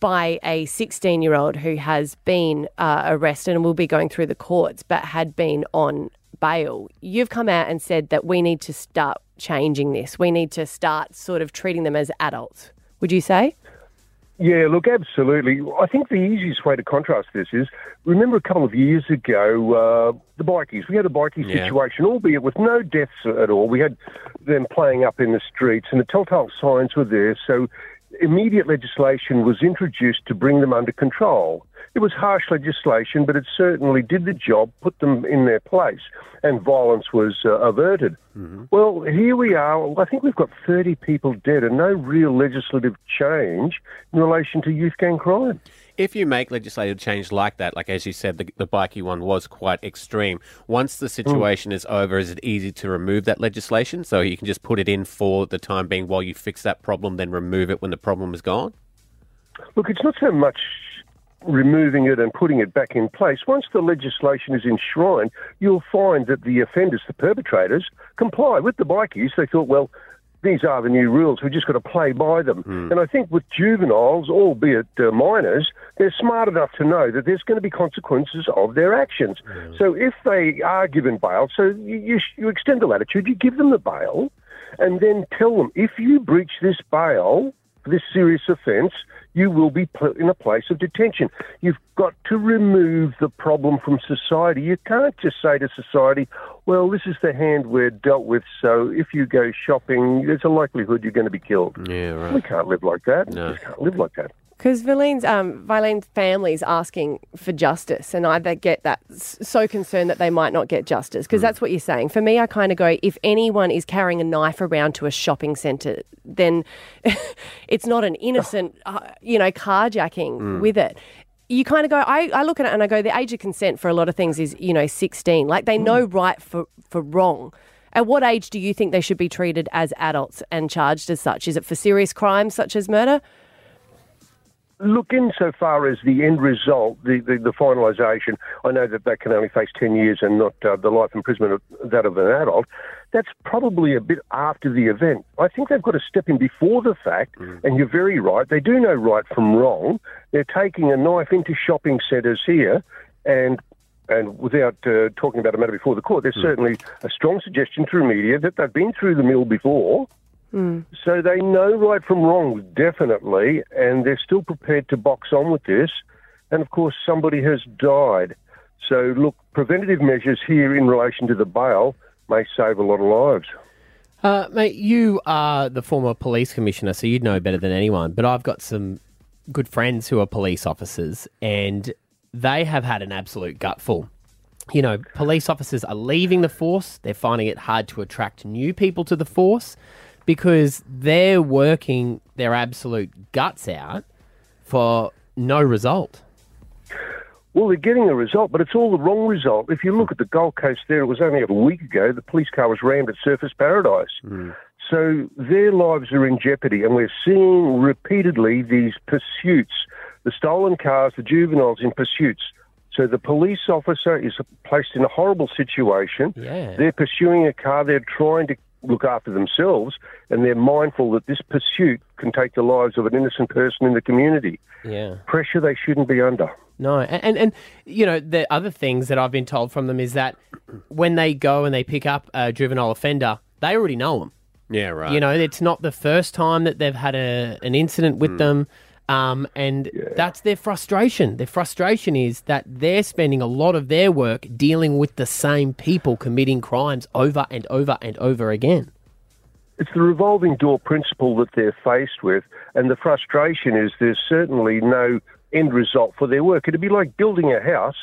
D: by a 16 year old who has been uh, arrested and will be going through the courts but had been on bail. You've come out and said that we need to start changing this. We need to start sort of treating them as adults, would you say?
T: Yeah, look, absolutely. I think the easiest way to contrast this is remember a couple of years ago, uh, the bikies. We had a bikie
M: Yeah.
T: situation, albeit with no deaths at all. We had them playing up in the streets, and the telltale signs were there. So immediate legislation was introduced to bring them under control. It was harsh legislation, but it certainly did the job, put them in their place, and violence was uh, averted. Well, here we are. I think we've got 30 people dead and no real legislative change in relation to youth gang crime.
C: If you make legislative change like that, like as you said, the, the bikey one was quite extreme. Once the situation is over, is it easy to remove that legislation? So you can just put it in for the time being while you fix that problem, then remove it when the problem is gone?
T: Look, it's not so much removing it and putting it back in place. Once the legislation is enshrined, you'll find that the offenders, the perpetrators, comply with the bikies. They thought, well, these are the new rules. We've just got to play by them. And I think with juveniles, albeit uh, minors, they're smart enough to know that there's going to be consequences of their actions. So if they are given bail, so you, you, sh- you extend the latitude, you give them the bail, and then tell them if you breach this bail for this serious offence, you will be put in a place of detention. You've got to remove the problem from society. You can't just say to society, well, this is the hand we're dealt with, so if you go shopping, there's a likelihood you're going to be killed.
C: Yeah, right.
T: We can't live like that. We just can't live like that.
D: Because Violene's, um, Violene's family is asking for justice, and I they get that s- so concerned that they might not get justice. Because that's what you're saying. For me, I kind of go, if anyone is carrying a knife around to a shopping centre, then it's not an innocent, uh, you know, carjacking
R: Mm.
D: with it. You kind of go, I, I look at it and I go, the age of consent for a lot of things is, you know, 16. Like they know right for, for wrong. At what age do you think they should be treated as adults and charged as such? Is it for serious crimes such as murder?
T: Look, insofar as the end result, the, the, the finalisation, I know that they can only face 10 years and not uh, the life imprisonment of that of an adult. That's probably a bit after the event. I think they've got to step in before the fact, and you're very right. They do know right from wrong. They're taking a knife into shopping centres here, and and without uh, talking about a matter before the court, there's certainly a strong suggestion through media that they've been through the mill before. So they know right from wrong, definitely, and they're still prepared to box on with this. And of course, somebody has died. So, look, preventative measures here in relation to the bail may save a lot of lives.
B: Uh, mate, you are the former police commissioner, so you'd know better than anyone. But I've got some good friends who are police officers, and they have had an absolute gutful. You know, police officers are leaving the force. They're finding it hard to attract new people to the force because they're working their absolute guts out for no result.
T: Well, they're getting a result, but it's all the wrong result. If you look at the Gold Coast there, it was only a week ago, the police car was rammed at Surface Paradise. So their lives are in jeopardy, and we're seeing repeatedly these pursuits the stolen cars, the juveniles in pursuits. So the police officer is placed in a horrible situation.
B: Yeah.
T: They're pursuing a car, they're trying to look after themselves, and they're mindful that this pursuit can take the lives of an innocent person in the community.
B: Yeah.
T: Pressure they shouldn't be under.
B: No, and, and and you know the other things that I've been told from them is that when they go and they pick up a juvenile offender, they already know them.
C: Yeah, right.
B: You know, it's not the first time that they've had a, an incident with
C: Mm.
B: them. Um, and that's their frustration. Their frustration is that they're spending a lot of their work dealing with the same people committing crimes over and over and over again.
T: It's the revolving door principle that they're faced with, and the frustration is there's certainly no end result for their work. It'd be like building a house,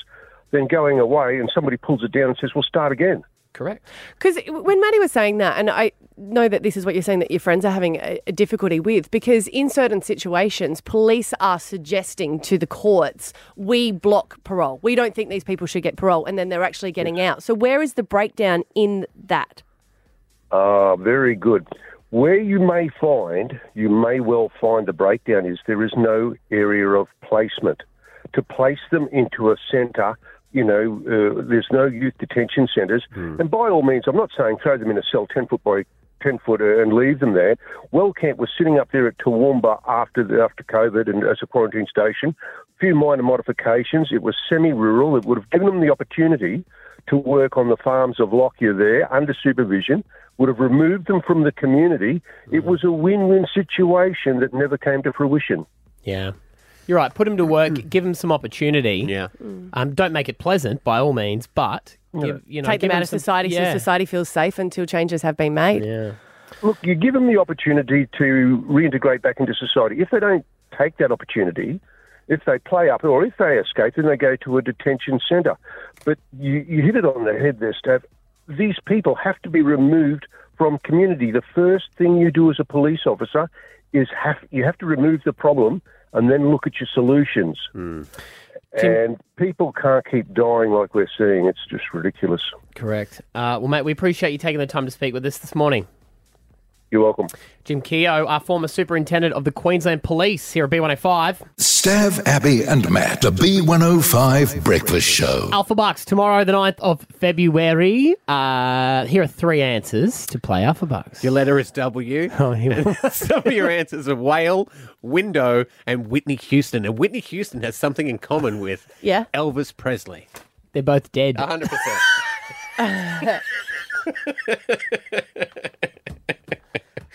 T: then going away, and somebody pulls it down and says, "We'll start again."
B: Correct.
D: Because when Maddie was saying that, and I know that this is what you're saying that your friends are having a, a difficulty with, because in certain situations, police are suggesting to the courts, we block parole. We don't think these people should get parole, and then they're actually getting out. So where is the breakdown in that?
T: Ah, very good. Where you may find, you may well find the breakdown is there is no area of placement. To place them into a centre, you know, uh, there's no youth detention centres. And by all means, I'm not saying throw them in a cell 10 foot by 10 footer and leave them there. Wellcamp was sitting up there at Toowoomba after, the, after COVID and as a quarantine station. few minor modifications. It was semi rural. It would have given them the opportunity to work on the farms of Lockyer there under supervision, would have removed them from the community. It was a win win situation that never came to fruition.
B: Yeah. You're right. Put them to work. give them some opportunity. Yeah. Um, don't make it pleasant by all means, but give, you know,
D: Take them
B: give
D: out of
B: some-
D: society
B: yeah.
D: so society feels safe until changes have been made.
B: Yeah.
T: Look, you give them the opportunity to reintegrate back into society. If they don't take that opportunity, if they play up or if they escape, then they go to a detention centre. But you, you hit it on the head there, Stav. These people have to be removed from community. The first thing you do as a police officer is have, you have to remove the problem and then look at your solutions. And people can't keep dying like we're seeing. It's just ridiculous.
B: Correct. Uh, well, mate, we appreciate you taking the time to speak with us this morning.
T: You're welcome.
B: Jim Keogh, our former superintendent of the Queensland Police here at B105.
A: Stav, Abby, and Matt, the B105 Breakfast Show.
B: Alpha Bucks, tomorrow, the 9th of February. Uh, here are three answers to play Alpha Bucks.
C: Your letter is W.
B: Oh, here we
C: Some of your answers are whale, window, and Whitney Houston. And Whitney Houston has something in common with
D: Yeah.
C: Elvis Presley.
B: They're both dead.
C: 100%.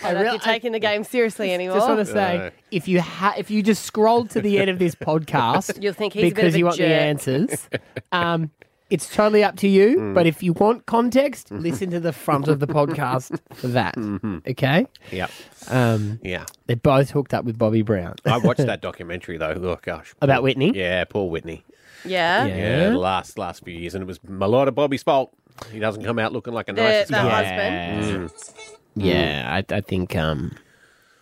D: I don't know if you're taking the game seriously anymore.
B: Just want to say, if you ha- if you just scroll to the end of this podcast,
D: You'll think he's a bit
B: because
D: of a
B: you want
D: jerk.
B: the answers. Um, it's totally up to you.
D: Mm.
B: But if you want context, listen to the front of the podcast for that.
D: Mm-hmm.
B: Okay.
C: Yeah.
B: Um,
C: Yeah.
B: They're both hooked up with Bobby Brown.
C: I watched that documentary though. Oh gosh.
B: About Whitney?
C: Yeah, poor Whitney.
D: Yeah.
C: Yeah, the last last few years, and it was my lord of Bobby's fault. He doesn't come out looking like a
D: The-
C: nice
D: the
C: guy. Mm.
D: husband.
B: Yeah, I, I think um,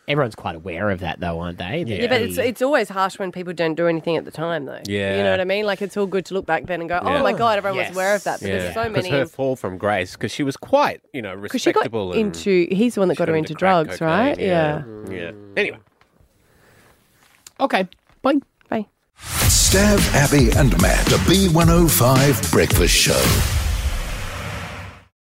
B: everyone's quite aware of that, though, aren't they?
D: Yeah, but it's it's always harsh when people don't do anything at the time, though.
C: Yeah.
D: you know what I mean. Like it's all good to look back then and go,
C: Yeah.
D: "Oh my god, everyone
C: Yes.
D: was aware of that." But there's so
C: 'Cause
D: many.
C: her fall from grace because she was quite, you know,
D: Because she got
C: respectable and
D: into, he's the one that got her into
C: crack
D: drugs,
C: cocaine.
D: right? Yeah.
C: yeah. Yeah.
B: Mm.
C: Anyway,
B: Okay. Bye.
D: Bye.
A: Stav, Abby, and Matt, the B105 Breakfast Show.